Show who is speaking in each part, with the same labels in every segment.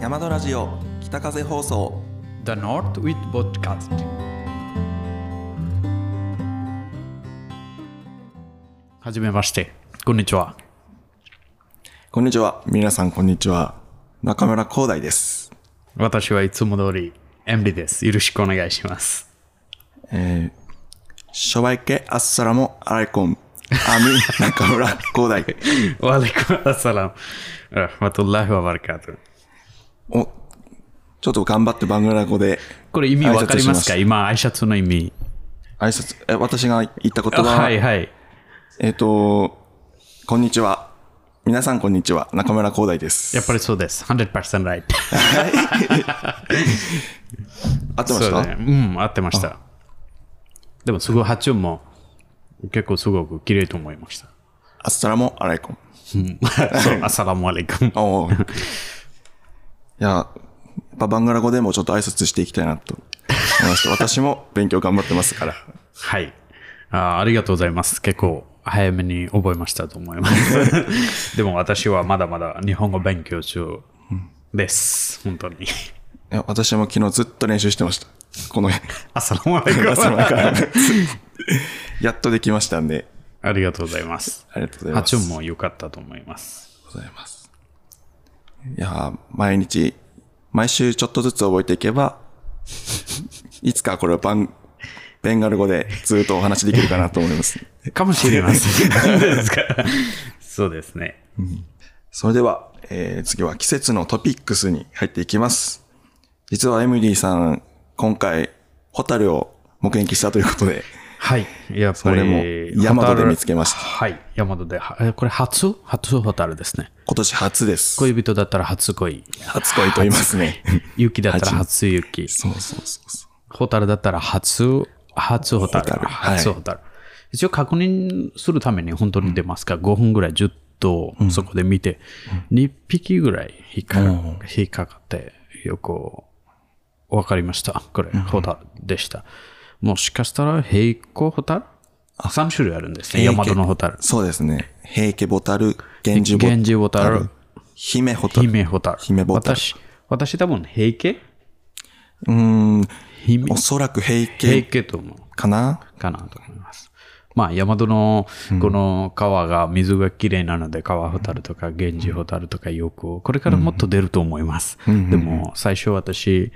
Speaker 1: 山田ラジオ北風放送
Speaker 2: The North with Podcast はじめましてこんにちは
Speaker 1: こんにちは皆さんこんにちは中村光大です
Speaker 2: 私はいつも通りエンリですよろしくお願いします
Speaker 1: えー、諸外家アッサラモアライコンア ミ中村光大
Speaker 2: わアレイクムアッサラムあわとラフはバラカート
Speaker 1: おちょっと頑張ってバングラ語で
Speaker 2: これ意味わかりますか
Speaker 1: 挨拶し
Speaker 2: 今挨拶の意味
Speaker 1: 挨拶え私が言った言葉は、
Speaker 2: はいはい
Speaker 1: えっ、とこんにちは皆さんこんにちは中村光大です
Speaker 2: やっぱりそうです100% right
Speaker 1: 合ってますか
Speaker 2: そうだねうん合ってましたでもすごい発音も結構すごく綺麗と思いました
Speaker 1: アッサラモアライコン
Speaker 2: そう、アッサラムアレイクム。
Speaker 1: おお。 いや、やっぱバングラ語でもちょっと挨拶していきたいなと思いました。私も勉強頑張ってますから。
Speaker 2: はいあー。ありがとうございます。結構早めに覚えましたと思 います。でも私はまだまだ日本語勉強中です。本当に。
Speaker 1: いや私も昨日ずっと練習してました。この
Speaker 2: アッサラムアレイクム。
Speaker 1: 朝の 中で。やっとできましたんで、
Speaker 2: ありがとうございます。
Speaker 1: ありがとうございます。
Speaker 2: 発音も良かったと思います。
Speaker 1: ございます。いやー、毎日、毎週ちょっとずつ覚えていけば、いつかこれをバン、ベンガル語でずっとお話できるかなと思います。
Speaker 2: かもしれません。そうですか。 そうですね。
Speaker 1: それでは、えー次は季節のトピックスに入っていきます。実はエミリーさん、今回、ホタルを目撃したということで、
Speaker 2: はい。やっぱ
Speaker 1: そ
Speaker 2: り
Speaker 1: れ、もヤマトで見つけました
Speaker 2: はい。ヤマトで、はえこれ初初ホタルですね。
Speaker 1: 今年初です。
Speaker 2: 恋人だったら初恋。
Speaker 1: 初恋と言いますね。
Speaker 2: 雪だったら初雪。
Speaker 1: そうそうそうそ
Speaker 2: ホタルだったら初、初ホタル。
Speaker 1: ホタルはい
Speaker 2: 初ホタル。一応確認するために本当に出ますから、5分ぐらい10頭そこで見て、2匹ぐらい引っかか,、引っかかって、よく分かりました。これ、ホタルでした。もしかしたら、平行ホタル ?3 種類あるんですね。ヤマトのホタル
Speaker 1: う。。そうですね。平家ボタル、源氏ボタ
Speaker 2: 源
Speaker 1: ル、
Speaker 2: 氏ホ
Speaker 1: 姫
Speaker 2: タル、
Speaker 1: ホタル。う
Speaker 2: 姫ホタル。
Speaker 1: 姫ホタル
Speaker 2: 私、私多分平家
Speaker 1: ーん、
Speaker 2: 姫
Speaker 1: おそらく平
Speaker 2: 平
Speaker 1: 家
Speaker 2: 家と思う。
Speaker 1: かな
Speaker 2: かなと思います。まあ、山戸のこの川が、水がきれいなので、川ホタルとか、源氏ホタルとか、よく、これからもっと出ると思います。でも、最初私、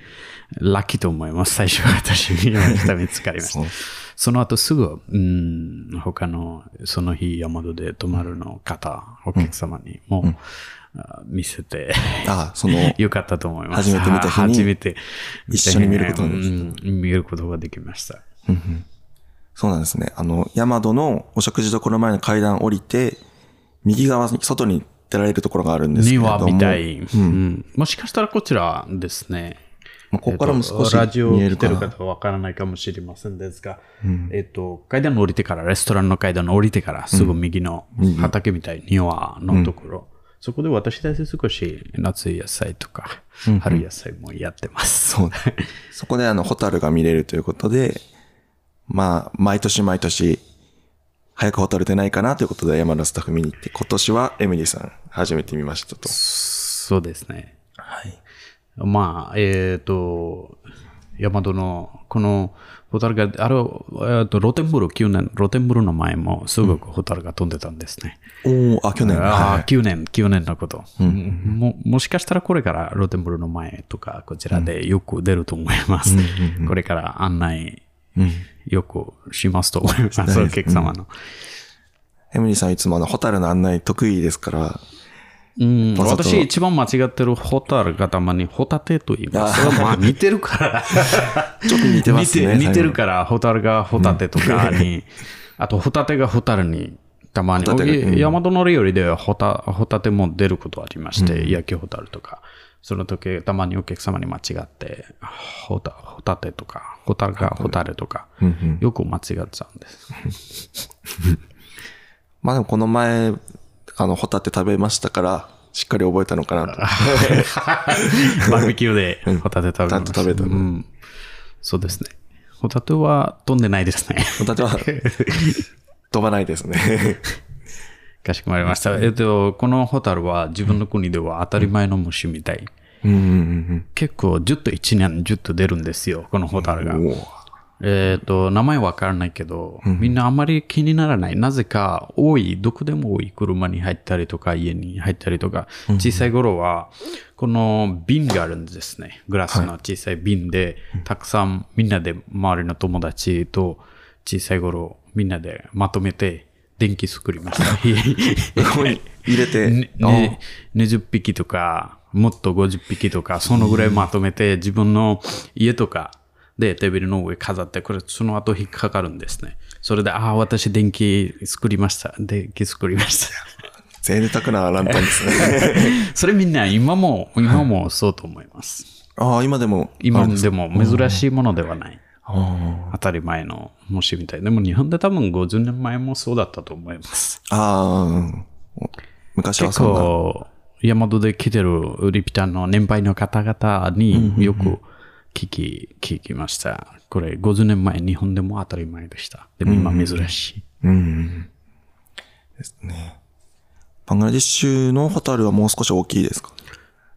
Speaker 2: ラッキーと思います。最初私、見ました、見つかりました。その後すぐ、うん、他の、その日、山戸で泊まるの方、お客様にも、あ見せて、
Speaker 1: あ、その、
Speaker 2: よかったと思います。
Speaker 1: 初めて見た日に
Speaker 2: あ初めて見た日に
Speaker 1: 一緒に
Speaker 2: ね、
Speaker 1: 見ることがで
Speaker 2: うん見ることができました。
Speaker 1: そうなんですね。あの、ヤマドのお食事所の前の階段降りて、右側に、外に出られるところがあるんですけれども。
Speaker 2: 庭みたい、うんもしかしたらこちらですね。
Speaker 1: まあここからも少し
Speaker 2: えっとラジオを
Speaker 1: 見え
Speaker 2: 来
Speaker 1: る
Speaker 2: て
Speaker 1: かな
Speaker 2: る方はわからないかもしれませんですが、えっと、階段を降りてから、レストランの階段を降りてから、すぐ右の畑みたい、庭のところ、そこで私たち少し夏野菜とか、春野菜もやってます。
Speaker 1: そう。そこであの、ホタルが見れるということで、まあ、毎年毎年、早くホタル出ないかなということで山田スタッフ見に行って、今年はエミリーさん初めて見ましたと。
Speaker 2: そうですね。
Speaker 1: はい。
Speaker 2: まあ、えっ、と、ヤマトの、この、ホタルが、あれ、えーとロテンブル、9年、ロテンブルの前も、すごくホタルが飛んでたんですね。
Speaker 1: おおあ、去年。
Speaker 2: あ
Speaker 1: は
Speaker 2: あ、9年、9年のこと、も。もしかしたらこれからロテンブルの前とか、こちらでよく出ると思います。これから案内、よくしますと思います、お客様の。
Speaker 1: い。エミリーさんいつもあの、ホタルの案内得意ですから、
Speaker 2: うん、
Speaker 1: わざと
Speaker 2: 私一番間違ってるホタルがたまにホタテと言います。それはまあ似てるから。
Speaker 1: ちょっと似てますね。
Speaker 2: 似て似てるから、ホタルがホタテとかに、あとホタテがホタルに、たまに、
Speaker 1: ホタテがうん
Speaker 2: 大和の料理ではホタホタテも出ることありまして、焼きホタルとか、その時たまにお客様に間違って、ホタホタテとか、ホタルがホタルとか、よく間違っちゃうんです。
Speaker 1: まあでもこの前、あの、ホタテ食べましたから、しっかり覚えたのかなと。
Speaker 2: バーベキューでホタテ食べ
Speaker 1: ちゃ
Speaker 2: ま
Speaker 1: んと
Speaker 2: した。
Speaker 1: 食べたの
Speaker 2: うん。そうですね。ホタテは飛んでないですね。
Speaker 1: ホタテは、 飛ばないですね。
Speaker 2: かしこまりました。えっと、このホタルは自分の国では当たり前の虫みたい。
Speaker 1: うんうんうん
Speaker 2: 結構10と1年10と出るんですよ、このホタルが。
Speaker 1: うん。おー
Speaker 2: えっ、と、名前わからないけど、みんなあまり気にならない。なぜか、多い、どこでも多い。車に入ったりとか、家に入ったりとか、小さい頃は、この瓶があるんですね。グラスの小さい瓶で、たくさんみんなで周りの友達と、小さい頃、みんなでまとめて、電気作りま した。
Speaker 1: ここに入れて、
Speaker 2: ねね、20匹とか、もっと50匹とか、そのぐらいまとめて、自分の家とかでテーブルの上飾って、これ、その後引っかかるんですね。それで、ああ、私、電気作りました。電気作りました。
Speaker 1: 贅沢なランタンですね。
Speaker 2: それみんな、今も、今もそうと思います。
Speaker 1: ああ、今でも。
Speaker 2: 今でも珍しいものではない。
Speaker 1: あ
Speaker 2: 当たり前のもしみたい。でも日本で多分50年前もそうだったと思います。
Speaker 1: あああ、うん昔は
Speaker 2: 結
Speaker 1: そんな。
Speaker 2: 構、ヤマドで来てるリピターの年配の方々によく聞き、聞きました。これ50年前、日本でも当たり前でした。でも今珍しい。
Speaker 1: うん。ですね。バングラディッシュのホタルはもう少し大きいですか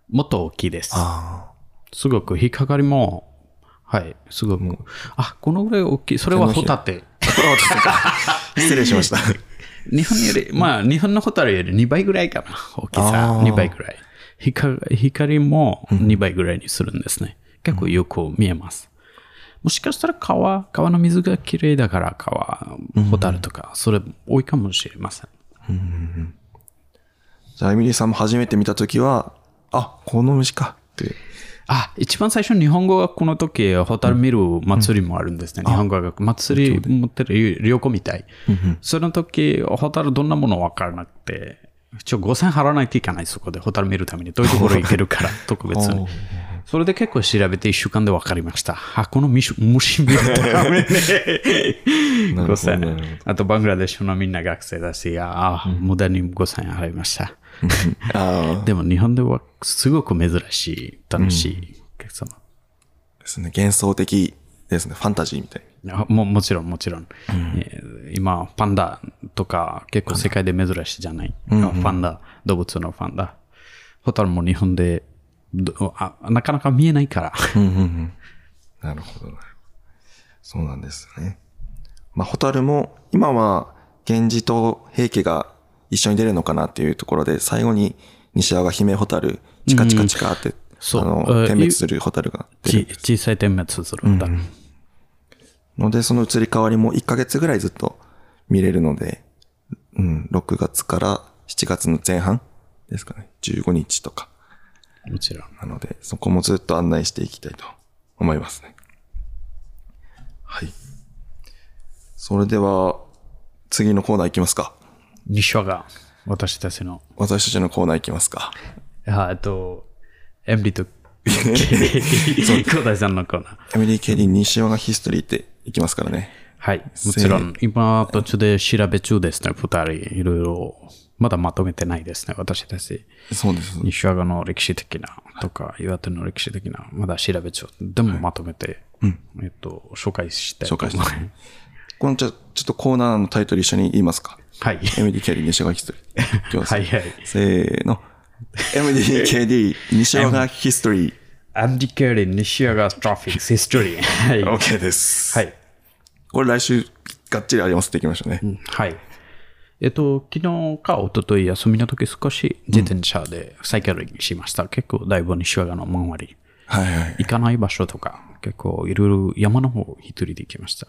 Speaker 2: もっと大きいです。
Speaker 1: あ
Speaker 2: すごく引っかかりも、はい、すごく。あ、このぐらい大きい。それはホタテ。
Speaker 1: あ。これは私か失礼しました。
Speaker 2: 日本より、まあ、日本のホタルより2倍ぐらいかな。大き
Speaker 1: あ
Speaker 2: さ、
Speaker 1: ー
Speaker 2: 2倍ぐらい。ひか光も2倍ぐらいにするんですね。結構よく見えます。もしかしたら川、川の水がきれいだから川、ホタルとか、それ多いかもしれません。
Speaker 1: じゃあ、エミリーさんも初めて見たときは、あ、この虫かって。
Speaker 2: あ、一番最初日本語がこの時、ホタル見る祭りもあるんですね。日本語が祭り持ってる旅行みたい。その時、ホタルどんなもの分からなくて、一応5000払わないといけない、そこで。ホタル見るために。どういうところ行けるから、特別に。それで結構調べて1週間で分かりました。あ、この虫虫見るために。5000あと、バングラデシュのみんな学生だし、ああ、無駄に5000払いました。
Speaker 1: ああ、
Speaker 2: でも日本ではすごく珍しい、楽しいお客様。
Speaker 1: ですね。幻想的ですね。ファンタジーみたい
Speaker 2: あももちろんもちろん、えー今パンダとか結構世界で珍しいじゃない、あパンダ動物のパンダホタルも日本でどあなかなか見えないから、
Speaker 1: な。なるほどな。そうなんですね。まあ、ホタルも、今は、源氏と平家が一緒に出るのかなっていうところで、最後に西側が姫ホタル、チカチカチカって、
Speaker 2: そう
Speaker 1: あの
Speaker 2: えー、
Speaker 1: 点滅するホタルが出る
Speaker 2: ち小さい点滅するんだ、
Speaker 1: ので、その移り変わりも1ヶ月ぐらいずっと見れるので、うん、6月から7月の前半ですかね。15日とか。
Speaker 2: もちろん
Speaker 1: なので、そこもずっと案内していきたいと思いますね。はい。それでは、次のコーナー行きますか。
Speaker 2: 西和が私たちの
Speaker 1: 私たちのコーナー行きますか。
Speaker 2: あえっとエンリ と小田井さんのコーナー
Speaker 1: エミリー・ケリー西尾がヒストリーって行きますからね。
Speaker 2: はい、もちろん、今途中で調べ中ですね、2人、いろいろ、まだまとめてないですね、私たち。
Speaker 1: そうです。
Speaker 2: 西和賀の歴史的なとか、岩手の歴史的な、まだ調べ中、でもまとめて、えっと、紹介したいと
Speaker 1: 紹
Speaker 2: 思
Speaker 1: 介
Speaker 2: い
Speaker 1: し
Speaker 2: ま
Speaker 1: ますす。この、じゃあちょっとコーナーのタイトル一緒に言いますか。
Speaker 2: はい。
Speaker 1: MDKD 西岡ヒストリー。行きます
Speaker 2: はいはい。
Speaker 1: せーの。MDKD 西岡ヒストリー。
Speaker 2: アンディ・ケリー、西和賀トラフ ィックス・ヒストリー。はい。は
Speaker 1: OK です。
Speaker 2: い。
Speaker 1: これ来週、がっちりありますっていきましたね。
Speaker 2: はい。えっと、昨日か一昨日休みの時少し自転車でサイクリングしました。結構だいぶ西和賀の周り。
Speaker 1: はいはい。
Speaker 2: 行かない場所とか、結構いろいろ山の方一人で行きました。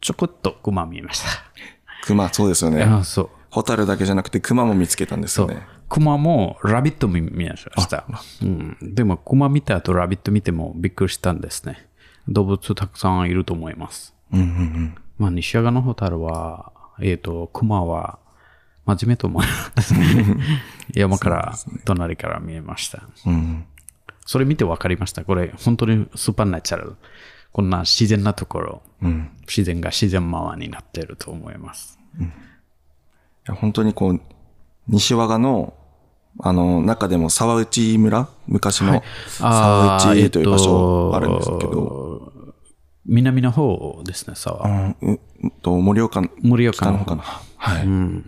Speaker 2: ちょこっと熊見えました。
Speaker 1: 熊、そうですよ
Speaker 2: あ
Speaker 1: ね。
Speaker 2: あ、 そう。
Speaker 1: ホタルだけじゃなくて熊も見つけたんです
Speaker 2: そ
Speaker 1: よ
Speaker 2: う
Speaker 1: ね。。
Speaker 2: 熊もラビット見見ました。うん、でも熊見た後ラビット見てもびっくりしたんですね。動物たくさんいると思います。まあ、西山のホタルは、えっ、と、熊は真面目と思います。 山から、隣から見えました。それ見て分かりました。これ、本当にスーパーナチュラル。こんな自然なところ、自然が自然ままになっていると思います。
Speaker 1: いや本当にこう、西和賀の、あの、中でも沢内村昔の沢
Speaker 2: ー
Speaker 1: 内という場所あるんですけ
Speaker 2: えっ
Speaker 1: ど、
Speaker 2: と南の方ですね、沢。
Speaker 1: うんうんと、盛岡の
Speaker 2: 盛岡
Speaker 1: 北の
Speaker 2: の
Speaker 1: 方
Speaker 2: 方。
Speaker 1: かな。はい。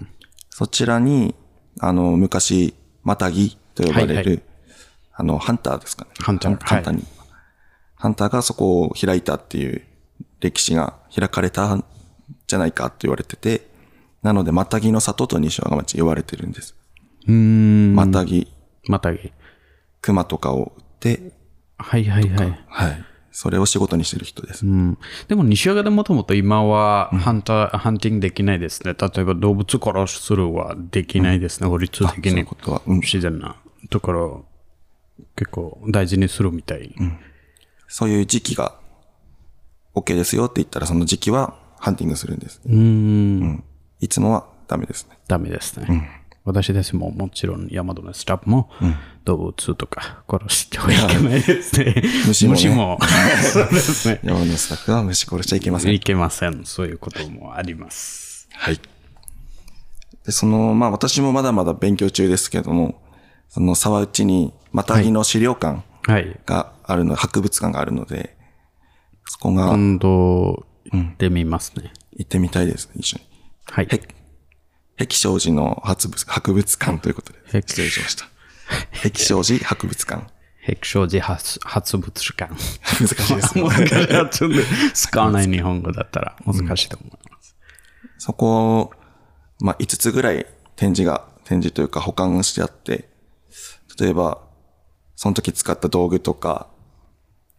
Speaker 1: そちらに、あの、昔、マタギと呼ばれる、
Speaker 2: はいは
Speaker 1: あの、ハンターですかね。
Speaker 2: ハンター
Speaker 1: 簡単に。ハンターがそこを開いたっていう歴史が開かれたんじゃないかって言われてて、なので、マタギの里と西和町言われてるんです。
Speaker 2: うーん。
Speaker 1: マタギ、
Speaker 2: またぎ。
Speaker 1: 熊とかを売って、
Speaker 2: はいはいはい。
Speaker 1: はい。それを仕事にしてる人です。
Speaker 2: うん、でも西側でもともと今はハンター、ハンティングできないですね。例えば動物殺しするはできないですね。法律的
Speaker 1: そうい
Speaker 2: に
Speaker 1: うことは、うん、
Speaker 2: 自然なところ結構大事にするみたい。
Speaker 1: そういう時期が OK ですよって言ったら、その時期はハンティングするんです。
Speaker 2: うーん
Speaker 1: いつもはダメですね。
Speaker 2: ダメですね。私たちももちろん山マのスタッフも動物とか殺してはいけないですね。
Speaker 1: 虫もね
Speaker 2: もそうですね。
Speaker 1: 山のスタッフは虫殺しちゃいけません。
Speaker 2: いけません。そういうこともあります。
Speaker 1: はい。で、その、まあ私もまだまだ勉強中ですけども、その沢内にマタギの資料館
Speaker 2: はい。
Speaker 1: があるの、博物館があるので、そこが
Speaker 2: 今度行ってみますね。
Speaker 1: 行ってみたいですね、一緒に。
Speaker 2: はい。
Speaker 1: へ碧正寺の博物 博物館ということで、失礼しました。碧正寺博物館。
Speaker 2: ヘクショージ発発物館。
Speaker 1: 難しい ですね。
Speaker 2: 難しいやつで使わない日本語だったら難しいと思います。
Speaker 1: そこ、まあ、5つぐらい展示が、展示というか保管してあって、例えば、その時使った道具とか、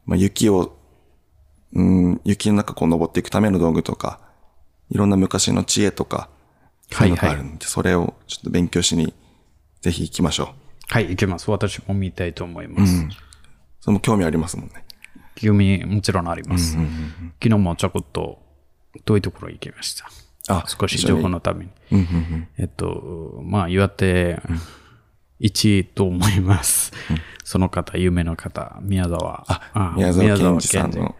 Speaker 1: まあ、雪を、うん、雪の中こう登っていくための道具とか、いろんな昔の知恵とか、そういうのがあるんで、それをちょっと勉強しに、ぜひ行きましょ
Speaker 2: はい、行きます。私も見たいと思います。
Speaker 1: う。それも興味ありますもんね。
Speaker 2: 興味もちろんあります。昨日もちょこっと遠いところに行きました。
Speaker 1: あ
Speaker 2: 少し情報のために。えっと、まあ、岩手1位と思います。その方、有名の方、宮沢。あ
Speaker 1: 宮沢賢治さん
Speaker 2: 宮沢賢
Speaker 1: の、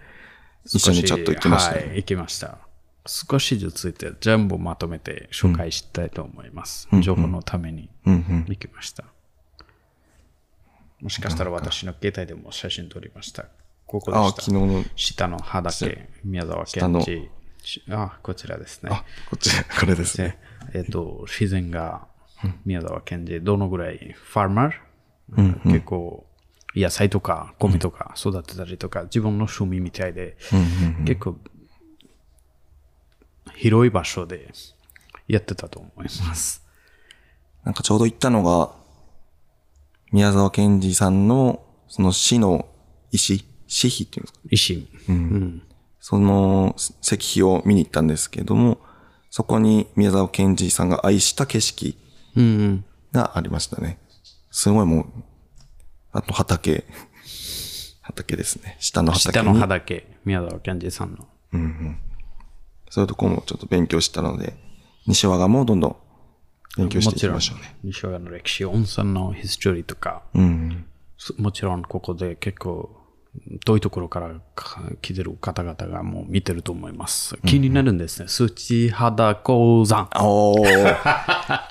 Speaker 1: 一緒にちょっと行きましたね。
Speaker 2: はい、行きました。少しずついて、全部まとめて紹介したいと思います。情報のために行きました。もしかしたら私の携帯でも写真撮りました。ここで
Speaker 1: あ
Speaker 2: し
Speaker 1: あ、
Speaker 2: た
Speaker 1: 昨。日の、
Speaker 2: 下の葉だけ、宮沢
Speaker 1: 下
Speaker 2: 賢
Speaker 1: の
Speaker 2: 治。しあ、こちらですね。
Speaker 1: あ、こっち、これですね。
Speaker 2: でえっ、と、自然が宮沢賢治、どのぐらいファーマー、結構野菜とか米とか育てたりとか、自分の趣味みたいで、結構広い場所でやってたと思います。
Speaker 1: なんかちょうど行ったのが、宮沢賢治さんの、その死の石、死碑っていうんですか、
Speaker 2: 維新。うん
Speaker 1: その石碑を見に行ったんですけども、そこに宮沢賢治さんが愛した景色
Speaker 2: うん
Speaker 1: がありましたね。すごいもう、あと畑、畑ですね。下の畑
Speaker 2: 下
Speaker 1: に。
Speaker 2: の葉だけ、宮沢賢治さんの。
Speaker 1: そういうとこもちょっと勉強したので、西和賀もどんどん勉強していきましょうね。
Speaker 2: 西和の歴史、温泉のヒストリーとか、
Speaker 1: うん。
Speaker 2: そもちろんここで結構遠いところからか来てる方々がもう見てると思います。気になるんですね。土肌鉱山。
Speaker 1: おー。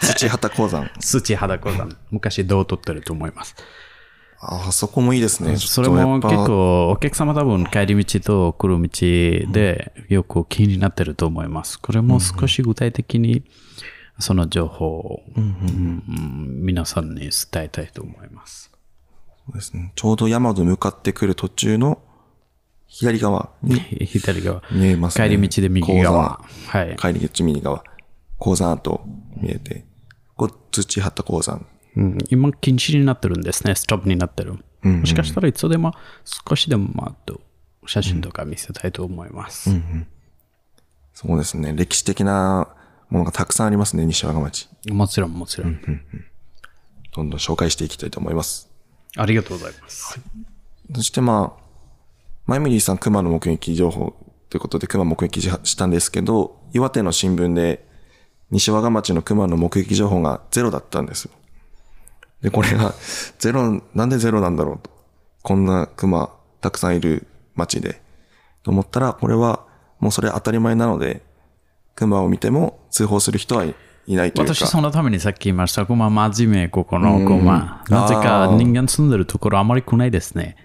Speaker 1: 土畑鉱山。
Speaker 2: 土肌鉱山。昔どう撮ってると思います。
Speaker 1: ああ、そこもいいですね。
Speaker 2: それも結構お客様多分帰り道と来る道でよく気になってると思います。これも少し具体的にその情報を、うん皆さんに伝えたいと思います。
Speaker 1: そうですね。ちょうど山と向かってくる途中の左側に
Speaker 2: 左側。
Speaker 1: 見えますね。
Speaker 2: 帰り道で右側。はい。
Speaker 1: 鉱山。帰り道右側。鉱山跡見えて。ここ土畑鉱山。
Speaker 2: うん、今禁止になってるんですね、ストップになってる。もしかしたらいつでも少しでもまああと写真とか見せたいと思います。
Speaker 1: そうですね。歴史的なものがたくさんありますね、西和賀町。
Speaker 2: もちろんもちろん,、
Speaker 1: どんどん紹介していきたいと思います。
Speaker 2: ありがとうございます。
Speaker 1: そしてまあ、マイミリーさん熊の目撃情報ということで熊目撃ししたんですけど、岩手の新聞で西和賀町の熊の目撃情報がゼロだったんですよ。で、これが ゼロ、なんでゼロなんだろうと。こんな熊たくさんいる町で。と思ったら、これはもうそれ当たり前なので、熊を見ても通報する人はいないというか。
Speaker 2: 私そのためにさっき言いました、こま真面目、ここのこまなぜ
Speaker 1: あ
Speaker 2: か
Speaker 1: ー
Speaker 2: 人間住んでるところあまり来ないですね。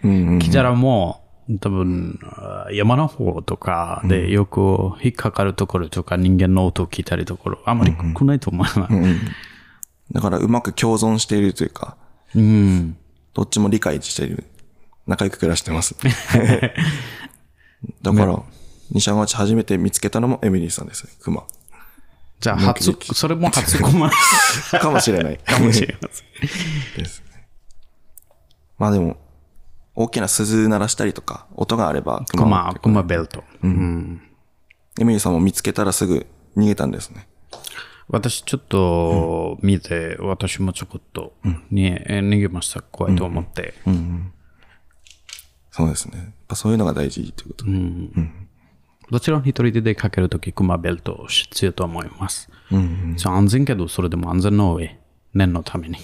Speaker 2: 来たらもう多分あー山の方とかでよく引っかかるところとか人間の音を聞いたりところあまり来ないと思います。
Speaker 1: だからうまく共存しているというか、
Speaker 2: うん。
Speaker 1: とどっちも理解している。仲良く暮らして ます。だから、西山町初めて見つけたのもエミリーさんです。熊。
Speaker 2: じゃあ、初、それも初コマ
Speaker 1: かもしれない。
Speaker 2: かもしれ ません。
Speaker 1: ですね。まあでも、大きな鈴鳴らしたりとか、音があれば熊
Speaker 2: コ
Speaker 1: は
Speaker 2: マ、コマベルト。
Speaker 1: エミリーさんも見つけたらすぐ逃げたんですね。
Speaker 2: 私ちょっと見て、私もちょこっとに、え逃げました。怖いと思って。
Speaker 1: そうですね。やっぱそういうのが大事ということで。
Speaker 2: どちらも一人で出かけるとき、クマベルト必要と思います。そう安全けど、それでも安全の上、念のた めに。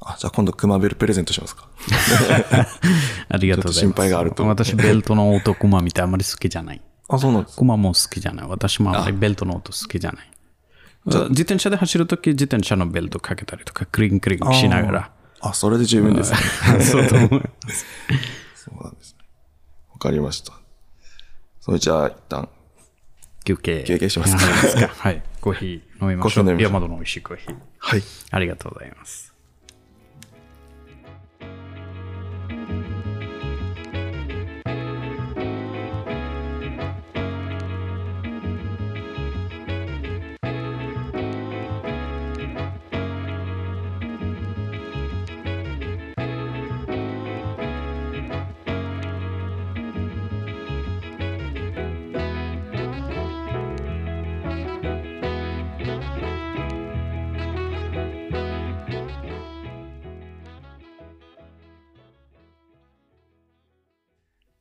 Speaker 1: あ、じゃあ今度熊ベルプレゼントします か。
Speaker 2: ありが
Speaker 1: ちょっ
Speaker 2: とうございます。
Speaker 1: と心配があると
Speaker 2: 私、ベルトの音、クマ見てあまり好きじゃない。
Speaker 1: あ、そうなんです
Speaker 2: クマも好きじゃない。私もあまりベルトの音好きじゃない。自転車で走るとき、自転車のベルトかけたりとか、クリンクリンしながら。
Speaker 1: あ、それで十分ですね。
Speaker 2: そうと思います。
Speaker 1: そうなんですね。わかりました。それじゃあ一旦、
Speaker 2: 休憩。
Speaker 1: 休憩しますか
Speaker 2: いいですか。 はい。コーヒー飲みましょ
Speaker 1: コーヒー飲み
Speaker 2: う。
Speaker 1: ましょう
Speaker 2: 山田の美味しいコーヒー。
Speaker 1: はい。
Speaker 2: ありがとうございます。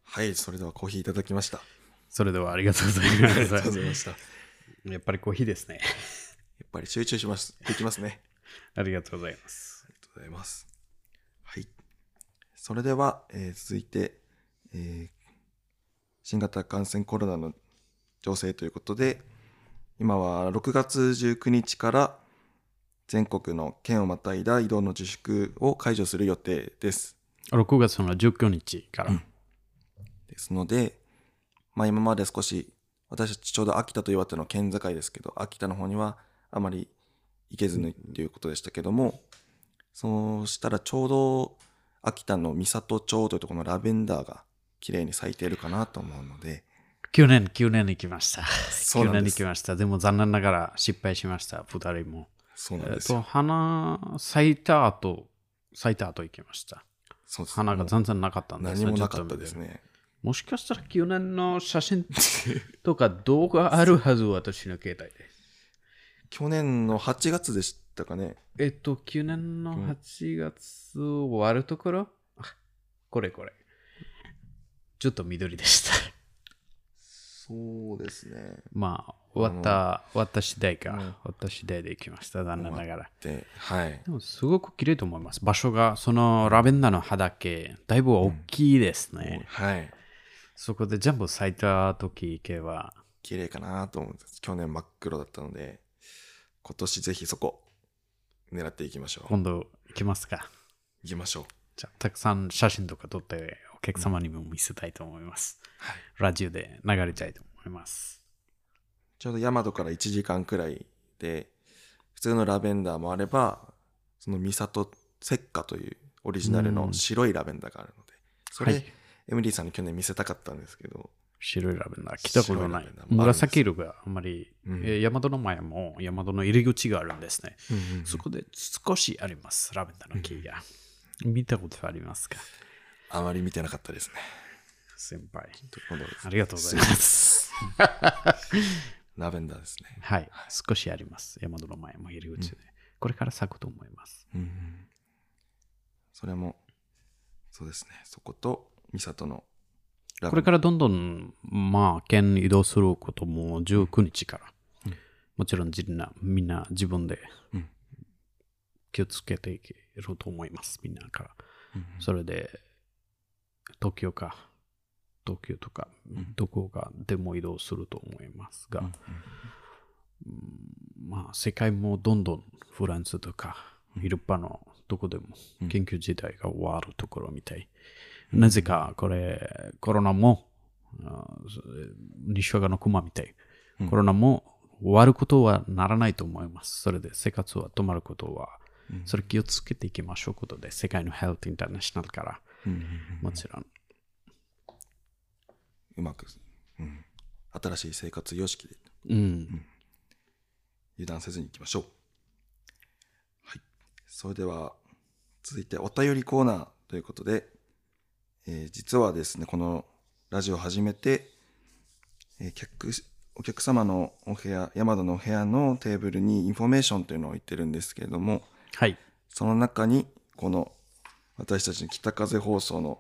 Speaker 1: はい、それではコーヒーいただきました。あ
Speaker 2: それではありがとうございま。
Speaker 1: りがとうございますした。や
Speaker 2: やっぱりコーヒーですね。
Speaker 1: っぱり集中します。できますね。
Speaker 2: ありがとうございます。
Speaker 1: ありがとうございます。はい。それでは、えー続いて、えー新型感染コロナの情勢ということで、今は6月19日から全国の県をまたいだ移動の自粛を解除する予定です。
Speaker 2: 6月の19日から。
Speaker 1: ですので、まあ、今まで少し私たちちょうど秋田と岩手の県境ですけど秋田の方にはあまり行けずにっていうことでしたけどもそうしたらちょうど秋田の三郷町というところのラベンダーが綺麗に咲いているかなと思うので
Speaker 2: 9年、9年に来ました。
Speaker 1: そう
Speaker 2: 9
Speaker 1: な
Speaker 2: 年
Speaker 1: んで
Speaker 2: に来
Speaker 1: す
Speaker 2: ました。でも残念ながら失敗しました、2人も。
Speaker 1: そうなん
Speaker 2: えっ
Speaker 1: ですよ、
Speaker 2: と、花咲いた後、咲いた後行きました。
Speaker 1: そうです
Speaker 2: 花が
Speaker 1: も
Speaker 2: 全然なかったん
Speaker 1: う
Speaker 2: です
Speaker 1: 何
Speaker 2: ね
Speaker 1: もなかっ
Speaker 2: ちょ
Speaker 1: た
Speaker 2: と
Speaker 1: ですね
Speaker 2: もしかしたら9年の写真とか動画あるはず、私の携帯で。
Speaker 1: 去年の8月でしたかね
Speaker 2: えっと、9年の8月終わるところ、あこれこれ。ちょっと緑でした。
Speaker 1: そうですね
Speaker 2: まあ、終わった、終わった次第か。
Speaker 1: うん
Speaker 2: 終わった次第で行きました、残念ながら。
Speaker 1: ではい
Speaker 2: でも、すごく綺麗と思います。場所が、そのラベンダーの畑、だいぶ大きいですね。
Speaker 1: はい
Speaker 2: そこで全部咲いた時行けば、
Speaker 1: 綺麗かなと思うんです去年真っ黒だったので今年ぜひそこ狙っていきましょう
Speaker 2: 今度行きますか。
Speaker 1: 行きましょう
Speaker 2: じゃあたくさん写真とか撮って、お客様にも見せたいと思います。
Speaker 1: はい
Speaker 2: ラジオで流れちゃいと思います。
Speaker 1: ちょうど大和から1時間くらいで普通のラベンダーもあればその三郷雪花というオリジナルの白いラベンダーがあるので、それ、
Speaker 2: はい
Speaker 1: エミリーさんに去年見せたかったんですけど
Speaker 2: 白いラベンダー来たことな
Speaker 1: 白いラ
Speaker 2: い
Speaker 1: ベンダー。もあるんです
Speaker 2: 紫色があんまり、
Speaker 1: うん
Speaker 2: えー山田の前も山田の入り口があるんですね。そ
Speaker 1: そ
Speaker 2: こで少しあります、ラベンダーの木が。見たことありますか
Speaker 1: あまり見てなかったですね
Speaker 2: 先輩。
Speaker 1: と今度
Speaker 2: ありがとうございます。
Speaker 1: ラベンダーですね、
Speaker 2: はい、少しあります。山田の前も入り口で。これから咲くと思います。
Speaker 1: それもそうですねそこと三郷のラ
Speaker 2: こ
Speaker 1: ベンダ
Speaker 2: れ
Speaker 1: ー
Speaker 2: からどんどん、まあ、県移動することも19日から。もちろんみんな、みんな自分で
Speaker 1: うん
Speaker 2: 気をつけていけると思います、みんなから。それで、東京か、東京とか、どこかでも移動すると思いますが、うんまあ、世界もどんどんフランスとか、ヨーロッパのどこでも緊急事態が終わるところみたい。なぜか、これ、コロナも、あそ西岡の熊みたい。コロナも終わることはならないと思います。それで生活は止まることはそれ気をつけていきましょうことで、世界のヘルトインターナショナルから、もちろん。
Speaker 1: うまく、うん、新しい生活様式で
Speaker 2: うん。
Speaker 1: 油断せずに行きましょう。はい。それでは、続いてお便りコーナーということで、えー実はですね、このラジオを始めて、えー客、お客様のお部屋、ヤマドのお部屋のテーブルにインフォメーションというのを置いてるんですけれども、
Speaker 2: はい。
Speaker 1: その中に、この私たちの北風放送の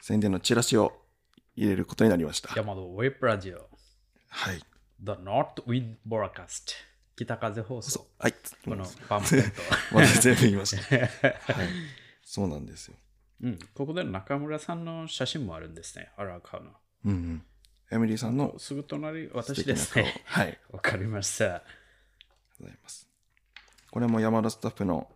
Speaker 1: 宣伝のチラシを入れることになりました。
Speaker 2: ヤマドウェブラジオ、
Speaker 1: はい。
Speaker 2: The North Wind Broadcast、北風放
Speaker 1: そ
Speaker 2: 送、
Speaker 1: う。はい。
Speaker 2: このパンフレット。
Speaker 1: まず全部言いました。はい。そうなんですよ。
Speaker 2: うん、ここで中村さんの写真もあるんですね、アラカの。
Speaker 1: うんうん。エミリーさんの
Speaker 2: すぐ隣、私
Speaker 1: 素敵
Speaker 2: で
Speaker 1: な
Speaker 2: す
Speaker 1: 顔。
Speaker 2: ね。
Speaker 1: はい。ありがと
Speaker 2: わかりました。
Speaker 1: うございます。これも山田スタッフの、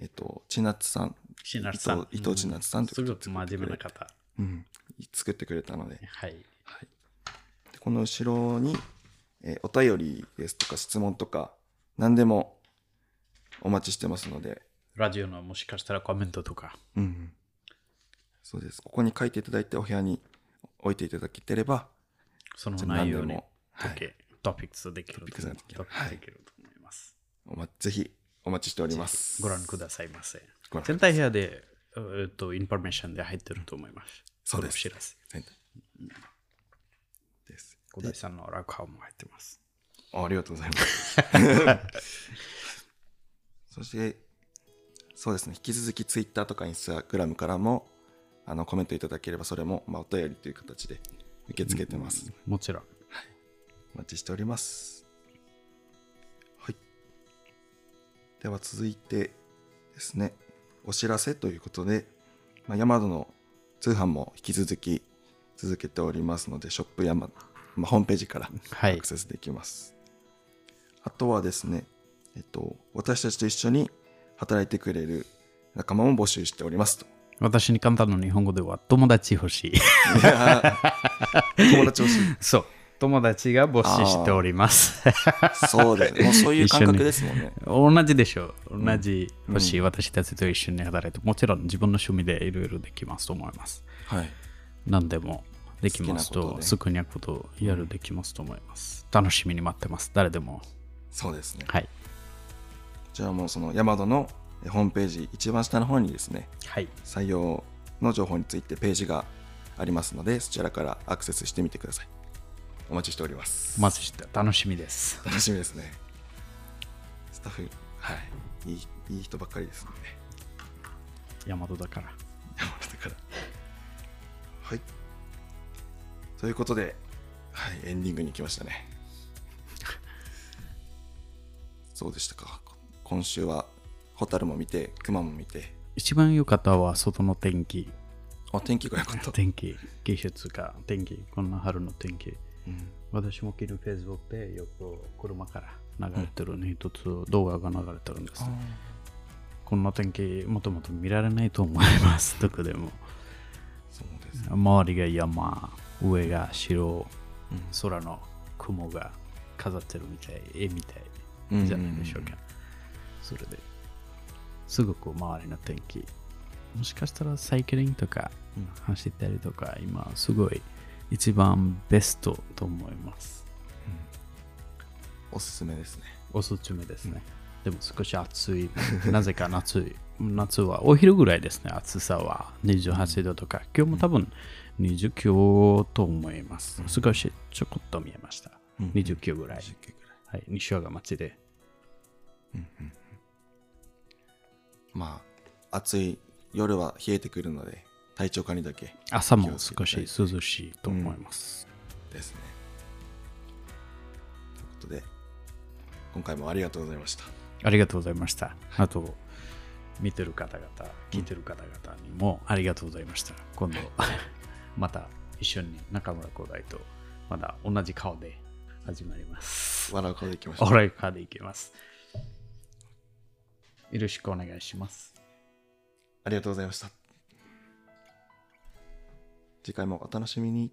Speaker 1: えっと、千夏さん。
Speaker 2: しなるさん。
Speaker 1: 伊藤伊藤千夏さん
Speaker 2: すごく真面目な方。
Speaker 1: うん。作ってくれたので。
Speaker 2: はい。
Speaker 1: でこの後ろに、えーお便りですとか質問とか、何でもお待ちしてますので。
Speaker 2: ラジオのもしかしたらコメントとか。
Speaker 1: うんうん。そうです。ここに書いていただいてお部屋に置いていただけてれば、
Speaker 2: その
Speaker 1: じゃあ
Speaker 2: 内
Speaker 1: 何で
Speaker 2: 容に
Speaker 1: も、はい、
Speaker 2: トピックスできる
Speaker 1: ト
Speaker 2: と
Speaker 1: ピックスができる
Speaker 2: トピックスできると思います。
Speaker 1: おま、ぜひお待ちしております。
Speaker 2: ご覧くださいませ
Speaker 1: ご覧。ください
Speaker 2: 全体部屋で、えーっと、インフォメーションで入ってると思います。
Speaker 1: そうです
Speaker 2: この知らせ。
Speaker 1: 全体です。
Speaker 2: 小田井さんのラカも入ってます。
Speaker 1: あありがとうございます。 そして、そうですね、引き続きツイッターとかインスタグラムからもあのコメントいただければ、それも、まあ、お便りという形で受け付けてます。
Speaker 2: もちろん。
Speaker 1: お待ちしております。はい。では続いてですね、お知らせということで、まあ、ヤマドの通販も引き続き続けておりますので、ショップヤマ、まあ、ホームページから
Speaker 2: は
Speaker 1: アクセスできます。あとはですね、えっと、私たちと一緒に働いてくれる仲間も募集しております と。
Speaker 2: 私に簡単な日本語では友達 欲しい。
Speaker 1: 友達欲しい。
Speaker 2: そう。友達が募集しております。
Speaker 1: そうですね。もうそういう感覚ですもんね。
Speaker 2: 同じでしょう。同じ欲しい、私たちと一緒に働いて、もちろん自分の趣味でいろいろできますと思います。
Speaker 1: はい。
Speaker 2: 何でもできます
Speaker 1: 好きなこと
Speaker 2: と、
Speaker 1: ね
Speaker 2: 好きなことをやるできますと思います。楽しみに待ってます。誰でも。
Speaker 1: そうですね。
Speaker 2: はい。
Speaker 1: じゃあもうそのヤマドのホームページ一番下の方にですね、
Speaker 2: はい。
Speaker 1: 採用の情報についてページがありますので、そちらからアクセスしてみてください。お待ちしております。
Speaker 2: お待ちして、楽しみです。
Speaker 1: 楽しみですね。スタッフ、はい。いいいい人ばっかりですので。
Speaker 2: 大和だから。
Speaker 1: 山形から。はい。ということで、はい、エンディングに来ましたね。そうでしたか。今週は、ホタルも見て、クマも見て、
Speaker 2: 一番良かったは外の天気。
Speaker 1: あ、天気が良かった。
Speaker 2: 天気、季節か天気、こんな春の天気。
Speaker 1: うん
Speaker 2: 私も昨日 Facebook でよく車から流れてるね、一つ動画が流れてるんです。こんな天気、もともと見られないと思い ます、どこでも。
Speaker 1: そうです。
Speaker 2: 周りが山、上が城、空の雲が飾ってるみたい、絵みたいじゃないでしょうか。それですごく周りの天気、もしかしたらサイクリングとか走ったりとか、今すごい一番ベストと思います。
Speaker 1: おすすめですね。
Speaker 2: おすすめですね。でも少し暑い。なぜか夏い。 夏はお昼ぐらいですね。暑さは28度とか。今日も多分29と思います。少しちょこっと見えました。29ぐらい。はい、西和賀町で。
Speaker 1: まあ、暑い夜は冷えてくるので、体調管理だけ
Speaker 2: 朝も少し涼しいと思います。
Speaker 1: ですね。ということで、今回もありがとうございました。
Speaker 2: ありがとうございました。あと、見てる方々、聞いてる方々にもありがとうございました。今度、また一緒に中村光大とまだ同じ顔で始まります。
Speaker 1: 笑う顔でいきましょう。
Speaker 2: オライカでいきます。よろしくお願いします。
Speaker 1: ありがとうございました。次回もお楽しみに。